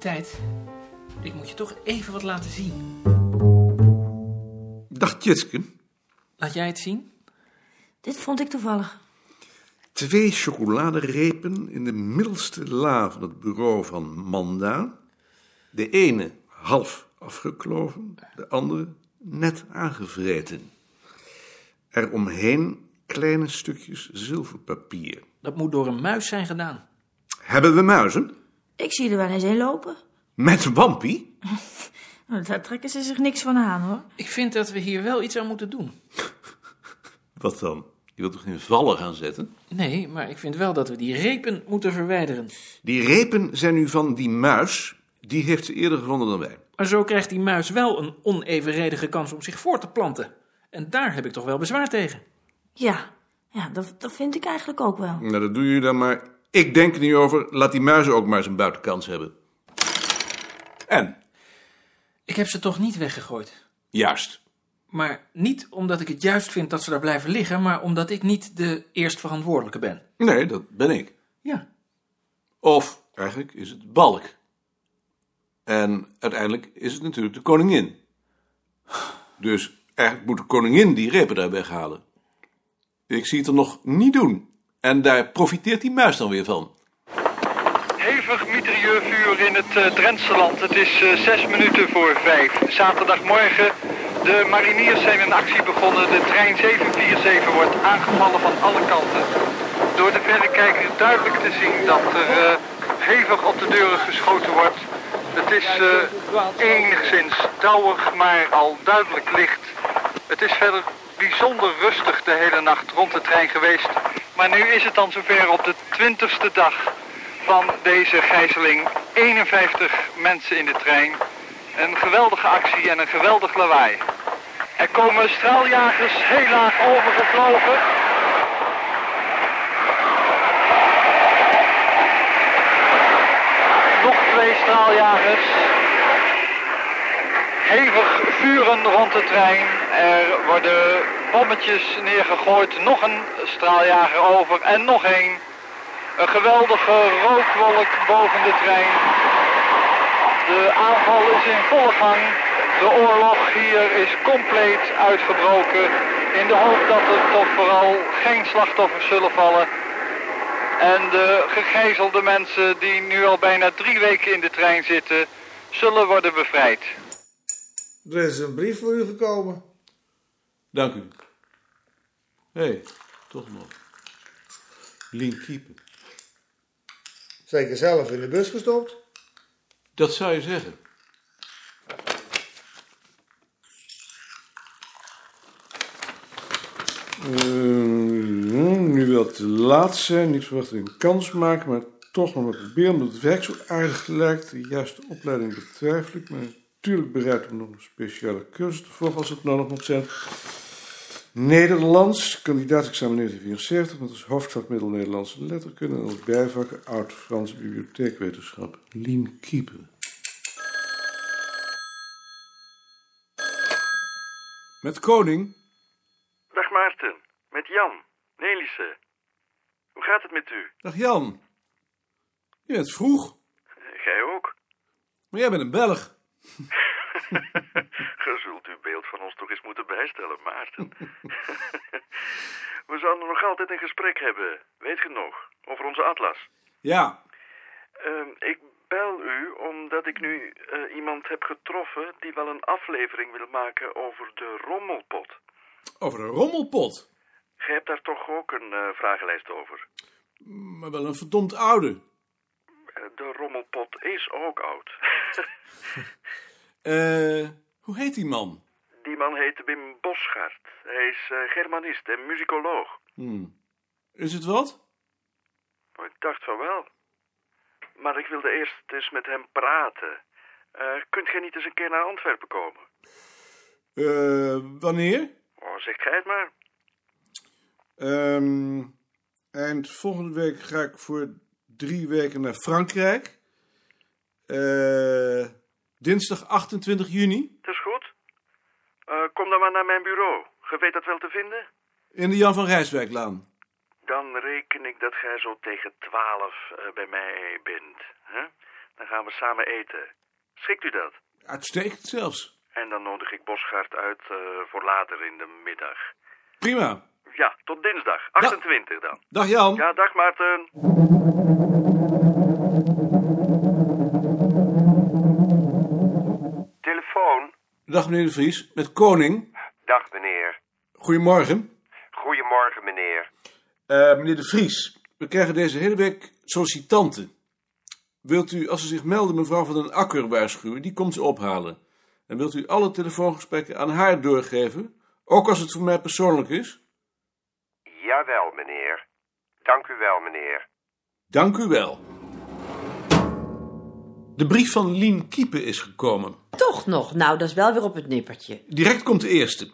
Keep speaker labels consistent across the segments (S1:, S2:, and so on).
S1: meid, ik moet je toch even wat laten zien.
S2: Dag Tjitske.
S1: Laat jij het zien?
S3: Dit vond ik toevallig.
S2: Twee chocoladerepen in de middelste la van het bureau van Manda. De ene half afgekloven, de andere net aangevreten. Eromheen kleine stukjes zilverpapier.
S1: Dat moet door een muis zijn gedaan.
S2: Hebben we muizen?
S3: Ik zie er wel eens een lopen.
S2: Met Wampie?
S3: Nou, daar trekken ze zich niks van aan, hoor.
S1: Ik vind dat we hier wel iets aan moeten doen.
S2: Wat dan? Je wilt toch geen vallen gaan zetten?
S1: Nee, maar ik vind wel dat we die repen moeten verwijderen.
S2: Die repen zijn nu van die muis. Die heeft ze eerder gevonden dan wij.
S1: Maar zo krijgt die muis wel een onevenredige kans om zich voor te planten. En daar heb ik toch wel bezwaar tegen.
S3: Ja, ja dat, dat vind ik eigenlijk ook wel.
S2: Nou, dat doe je dan maar. Ik denk er niet over. Laat die muizen ook maar zijn buitenkans hebben. En?
S1: Ik heb ze toch niet weggegooid.
S2: Juist.
S1: Maar niet omdat ik het juist vind dat ze daar blijven liggen, maar omdat ik niet de eerst verantwoordelijke ben.
S2: Nee, dat ben ik.
S1: Ja.
S2: Of eigenlijk is het Balk. En uiteindelijk is het natuurlijk de koningin. Dus eigenlijk moet de koningin die repen daar weghalen. Ik zie het er nog niet doen. En daar profiteert die muis dan weer van.
S4: Hevig mitrailleurvuur in het eh, Drentse land. Het is eh, zes minuten voor vijf. Zaterdagmorgen. De mariniers zijn in actie begonnen. De trein 747 wordt aangevallen van alle kanten. Door de verrekijker is duidelijk te zien dat er eh, hevig op de deuren geschoten wordt. Het is eh, enigszins dauwig, maar al duidelijk licht. Het is verder bijzonder rustig de hele nacht rond de trein geweest. Maar nu is het dan zover op de twintigste dag van deze gijzeling. 51 mensen in de trein. Een geweldige actie en een geweldig lawaai. Er komen straaljagers heel laag overgevlogen. Nog twee straaljagers hevig vuren rond de trein. Er worden bommetjes neergegooid. Nog een straaljager over en nog één. Een geweldige rookwolk boven de trein. De aanval is in volle gang. De oorlog hier is compleet uitgebroken. In de hoop dat er toch vooral geen slachtoffers zullen vallen. En de gegijzelde mensen die nu al bijna drie weken in de trein zitten, zullen worden bevrijd.
S5: Er is een brief voor u gekomen.
S2: Dank u. Hé, hey, toch nog. Lien Kiepen.
S5: Zeker zelf in de bus gestopt.
S2: Dat zou je zeggen. Mm, nu wil het laat zijn, niet verwacht dat ik een kans maak, maar toch nog maar proberen, omdat het werk zo aardig lijkt. De juiste opleiding betwijfel ik, maar natuurlijk bereid om nog een speciale cursus te volgen als het nou nog moet zijn. Nederlands, kandidaatexamen 1974 met als hoofdvak Middel-Nederlandse letterkunde en als bijvak Oud-Franse bibliotheekwetenschap. Lien Kiepen. Met koning?
S6: Dag Maarten, met Jan, Nelissen. Hoe gaat het met u?
S2: Dag Jan. Je bent vroeg,
S6: Eh, Gij ook?
S2: maar jij bent een Belg.
S6: Ge zult uw beeld van ons toch eens moeten bijstellen, Maarten. We zouden nog altijd een gesprek hebben, weet ge nog, over onze atlas.
S2: Ja,
S6: Ehm, ik bel u omdat ik nu eh, iemand heb getroffen die wel een aflevering wil maken over de rommelpot.
S2: over een rommelpot.
S6: Gij hebt daar toch ook een eh, vragenlijst over?
S2: Maar wel een verdomd oude.
S6: Eh, De rommelpot is ook oud.
S2: Eh, hoe heet die man?
S6: Die man heet Wim Bosgaard. Hij is eh, germanist en muzikoloog.
S2: Is het wat?
S6: Ik dacht van wel. Maar ik wilde eerst eens met hem praten. Eh, kunt gij niet eens een keer naar Antwerpen komen?
S2: Eh, wanneer?
S6: Oh, zegt gij het maar.
S2: Ehm, eind volgende week ga ik voor drie weken naar Frankrijk. Eh, dinsdag 28 juni
S6: Het is goed. Eh, kom dan maar naar mijn bureau. Ge weet dat wel te vinden?
S2: in de Jan van Rijswijklaan.
S6: Dan reken ik dat gij zo tegen twaalf bij mij eh, bent. Hè? Dan gaan we samen eten. Schikt u dat?
S2: Uitstekend zelfs.
S6: En dan nodig ik Bosgaard uit eh, voor later in de middag.
S2: Prima.
S6: Ja, tot dinsdag. 28 dan.
S2: Dag Jan.
S6: Ja, dag Maarten.
S7: Telefoon.
S2: Dag meneer de Vries, met Koning.
S7: Dag meneer.
S2: Goedemorgen.
S7: Goedemorgen meneer.
S2: Eh, meneer de Vries, we krijgen deze hele week sollicitanten. Wilt u, als ze zich melden, mevrouw van den Akker waarschuwen? Die komt ze ophalen. En wilt u alle telefoongesprekken aan haar doorgeven? Ook als het voor mij persoonlijk is?
S7: Jawel meneer. Dank u wel meneer.
S2: Dank u wel. De brief van Lien Kiepen is gekomen.
S8: Toch nog? Nou, dat is wel weer op het nippertje.
S2: Direct komt de eerste.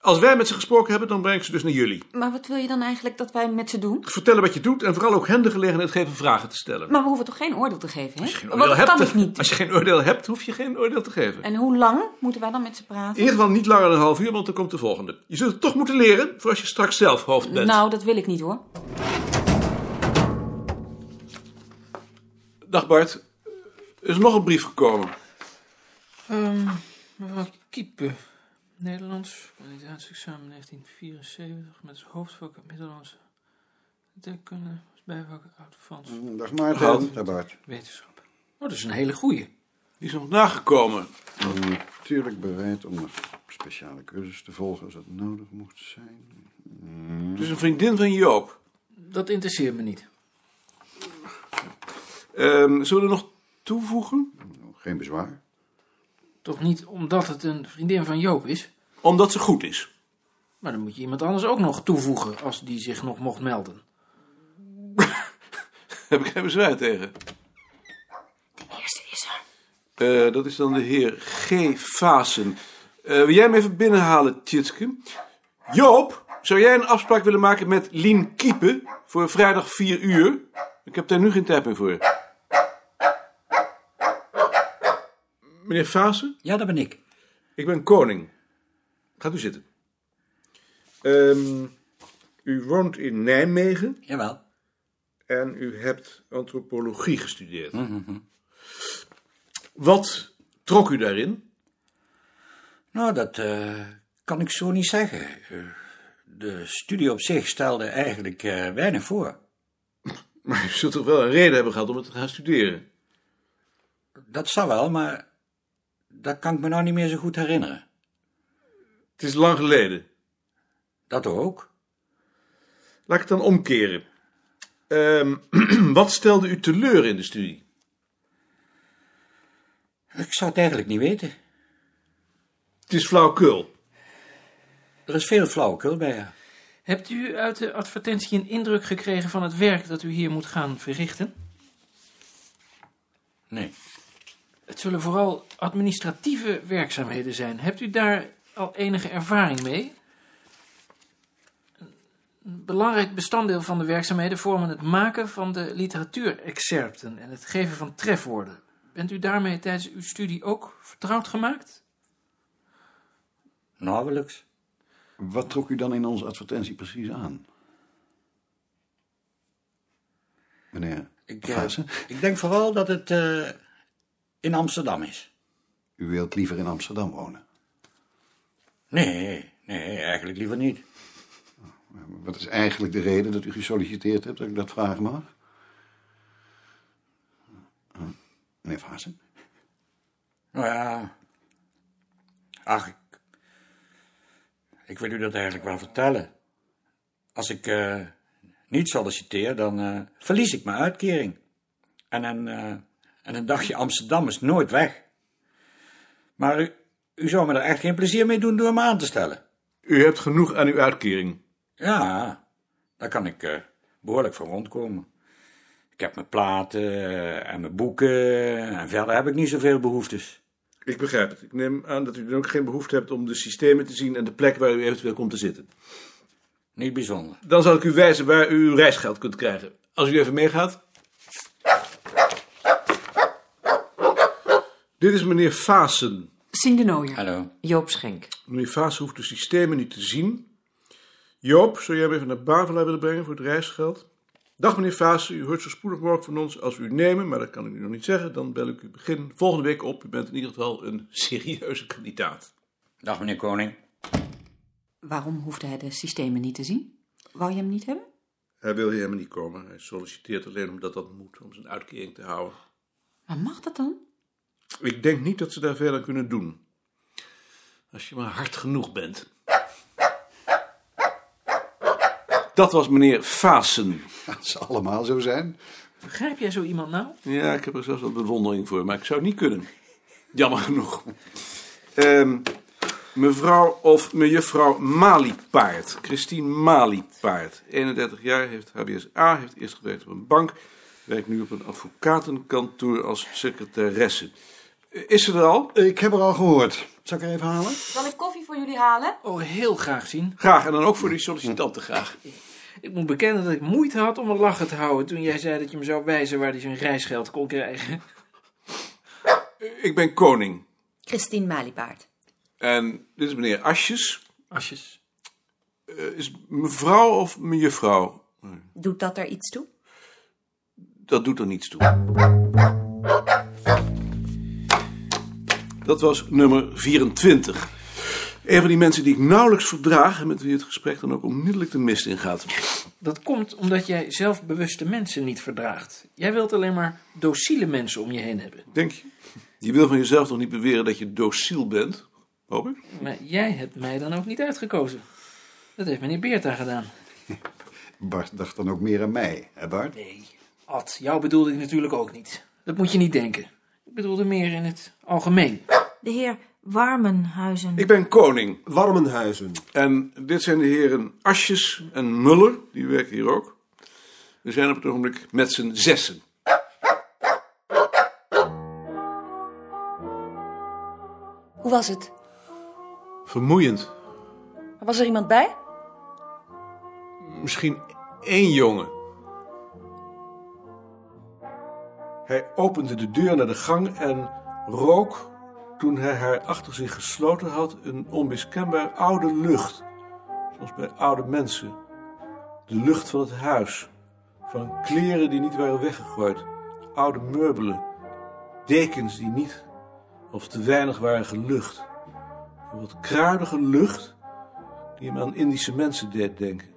S2: Als wij met ze gesproken hebben, dan breng ik ze dus naar jullie.
S9: Maar wat wil je dan eigenlijk dat wij met ze doen?
S2: Vertellen wat je doet en vooral ook hen de gelegenheid geven vragen te stellen.
S9: Maar we hoeven toch geen oordeel te geven, hè?
S2: Geen
S9: Want dat kan ik
S2: dan-
S9: niet.
S2: Als je geen oordeel hebt, hoef je geen oordeel te geven.
S9: En hoe lang moeten wij dan met ze praten?
S2: In ieder geval niet langer dan een half uur, want dan komt de volgende. Je zult het toch moeten leren, voor als je straks zelf hoofd bent.
S9: Nou, dat wil ik niet, hoor.
S2: Dag Bart. Er is nog een brief gekomen.
S1: Ehm, mevrouw Kiepen. Nederlands, kandidaatexamen 1974 met als hoofdvak het Middellands. Letterkunde als bijvak Oud-Frans.
S5: Dag
S2: Goud.
S5: Maarten. Dag Bart.
S1: Wetenschap. Oh, dat is een hele goeie.
S2: Die is nog nagekomen.
S5: Ik ben natuurlijk bereid om een speciale cursus te volgen als dat nodig mocht zijn.
S2: Het is een vriendin van Joop.
S1: Dat interesseert me niet.
S2: Ehm, zullen we er nog toevoegen?
S5: Geen bezwaar.
S1: Toch niet omdat het een vriendin van Joop is.
S2: Omdat ze goed is.
S1: Maar dan moet je iemand anders ook nog toevoegen als die zich nog mocht melden.
S2: Heb ik geen bezwaar tegen.
S3: De eerste is er.
S2: Eh, dat is dan de heer G. Vasen. Eh, wil jij hem even binnenhalen, Tjitske? Joop, zou jij een afspraak willen maken met Lien Kiepen voor vrijdag 4 uur? Ik heb daar nu geen tijd meer voor. Meneer Vasen,
S10: Ja, dat ben ik.
S2: ik ben koning. Gaat u zitten. Ehm, u woont in Nijmegen
S10: Jawel.
S2: en u hebt antropologie gestudeerd.
S10: Mhm,
S2: Wat trok u daarin?
S10: Nou, dat eh, kan ik zo niet zeggen. Eh, de studie op zich stelde eigenlijk eh, weinig voor.
S2: Maar u zult toch wel een reden hebben gehad om het te gaan studeren?
S10: Dat zou wel, maar dat kan ik me nou niet meer zo goed herinneren.
S2: Het is lang geleden.
S10: Dat ook.
S2: Laat ik het dan omkeren. Ehm, wat stelde u teleur in de studie?
S10: Ik zou het eigenlijk niet weten.
S2: Het is flauwkul.
S10: Er is veel flauwekul bij haar.
S1: Hebt u uit de advertentie een indruk gekregen van het werk dat u hier moet gaan verrichten?
S10: Nee.
S1: Het zullen vooral administratieve werkzaamheden zijn. Hebt u daar al enige ervaring mee? Een belangrijk bestanddeel van de werkzaamheden vormen het maken van de literatuurexcerpten en het geven van trefwoorden. Bent u daarmee tijdens uw studie ook vertrouwd gemaakt?
S10: Nauwelijks.
S5: Wat trok u dan in onze advertentie precies aan? Meneer
S10: Ik, eh,
S5: Vaassen,
S10: ik denk vooral dat het eh, in Amsterdam is.
S5: u wilt liever in Amsterdam wonen.
S10: Nee, nee, eigenlijk liever niet.
S5: Wat is eigenlijk de reden dat u gesolliciteerd hebt, dat ik dat vragen mag? Hm, Meneer Vaassen?
S10: Nou ja. Ach, ik, ik wil u dat eigenlijk wel vertellen. Als ik eh, niet solliciteer, dan eh, verlies ik mijn uitkering. En een, eh, en een dagje Amsterdam is nooit weg. Maar u, u zou me er echt geen plezier mee doen door me aan te stellen.
S2: U hebt genoeg aan uw uitkering.
S10: Ja, daar kan ik eh, behoorlijk van rondkomen. Ik heb mijn platen eh, en mijn boeken en verder heb ik niet zoveel behoeftes.
S2: Ik begrijp het. Ik neem aan dat u dan ook geen behoefte hebt om de systemen te zien en de plek waar u eventueel komt te zitten.
S10: Niet bijzonder.
S2: Dan zal ik u wijzen waar u uw reisgeld kunt krijgen. Als u even meegaat. Dit is meneer Vaassen.
S9: Sien de Nooier.
S10: Hallo.
S8: Joop Schenk.
S2: Meneer Vaas hoeft de systemen niet te zien. Joop, zou jij hem even naar Bavel hebben willen brengen voor het reisgeld? Dag meneer Vaas, u hoort zo spoedig mogelijk van ons. Als we u nemen, maar dat kan ik u nog niet zeggen, dan bel ik u begin volgende week op. U bent in ieder geval een serieuze kandidaat.
S10: Dag meneer Koning.
S9: Waarom hoefde hij de systemen niet te zien? Wou je hem niet hebben?
S2: Hij wil hier helemaal niet komen. Hij solliciteert alleen omdat dat moet, om zijn uitkering te houden.
S9: Maar mag dat dan?
S2: Ik denk niet dat ze daar veel aan kunnen doen. Als je maar hard genoeg bent. Dat was meneer Vaassen.
S5: Dat ze allemaal zo zijn.
S1: Begrijp jij zo iemand nou?
S2: Ja, ik heb er zelfs wat bewondering voor, maar ik zou het niet kunnen. Jammer genoeg. Ehm, mevrouw of mejuffrouw Maliepaard. Christine Maliepaard. 31 jaar, heeft HBSA, heeft eerst gewerkt op een bank. Werkt nu op een advocatenkantoor als secretaresse. Eh, Is ze er al?
S5: Ik heb er al gehoord. Zal ik er even halen?
S9: Zal ik koffie voor jullie halen?
S1: Oh, heel graag zien.
S2: Graag, en dan ook voor die sollicitanten graag.
S1: Ik moet bekennen dat ik moeite had om een lachen te houden toen jij zei dat je hem zou wijzen waar hij zijn reisgeld kon krijgen.
S2: Ik ben koning.
S8: Christine Maliepaard.
S2: En dit is meneer Asjes.
S1: Asjes.
S2: Eh, is mevrouw of mejuffrouw?
S8: Doet dat daar iets toe?
S2: Dat doet er niets toe. Dat was nummer 24. Een van die mensen die ik nauwelijks verdraag en met wie het gesprek dan ook onmiddellijk de mist ingaat.
S1: Dat komt omdat jij zelfbewuste mensen niet verdraagt. Jij wilt alleen maar docile mensen om je heen hebben.
S2: Denk je? Je wil van jezelf toch niet beweren dat je dociel bent? Hoop ik.
S1: Maar jij hebt mij dan ook niet uitgekozen. Dat heeft meneer Beerta gedaan.
S5: Bart dacht dan ook meer aan mij, hè Bart?
S1: Nee, Ad, jou bedoelde ik natuurlijk ook niet. Dat moet je niet denken. Ik bedoelde meer in het algemeen.
S3: De heer Warmenhuizen.
S2: Ik ben koning.
S11: Warmenhuizen.
S2: En dit zijn de heren Asjes en Muller, die werken hier ook. We zijn op het ogenblik met z'n zessen.
S12: Hoe was het?
S2: Vermoeiend.
S12: Was er iemand bij?
S2: Misschien één jongen. Hij opende de deur naar de gang en rook, toen hij haar achter zich gesloten had, een onmiskenbaar oude lucht. Zoals bij oude mensen. De lucht van het huis. Van kleren die niet waren weggegooid. Oude meubelen. Dekens die niet of te weinig waren gelucht. Een wat kruidige lucht die hem aan Indische mensen deed denken.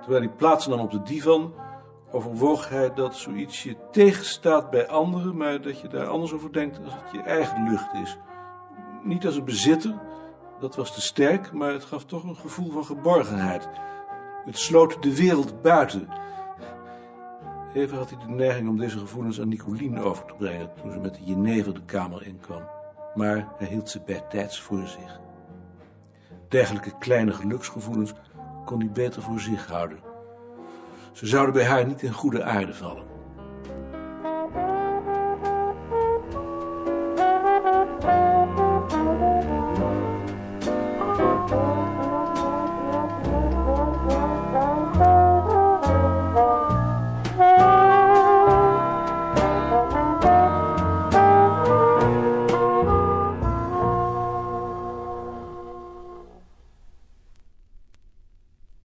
S2: Terwijl hij plaats nam op de divan, overwoog hij dat zoiets je tegenstaat bij anderen, maar dat je daar anders over denkt als het je eigen lucht is. Niet als een bezitter, dat was te sterk, maar het gaf toch een gevoel van geborgenheid. Het sloot de wereld buiten. Even had hij de neiging om deze gevoelens aan Nicolien over te brengen toen ze met de jenever de kamer inkwam. Maar hij hield ze bij tijds voor zich. Dergelijke kleine geluksgevoelens kon hij beter voor zich houden. Ze zouden bij haar niet in goede aarde vallen.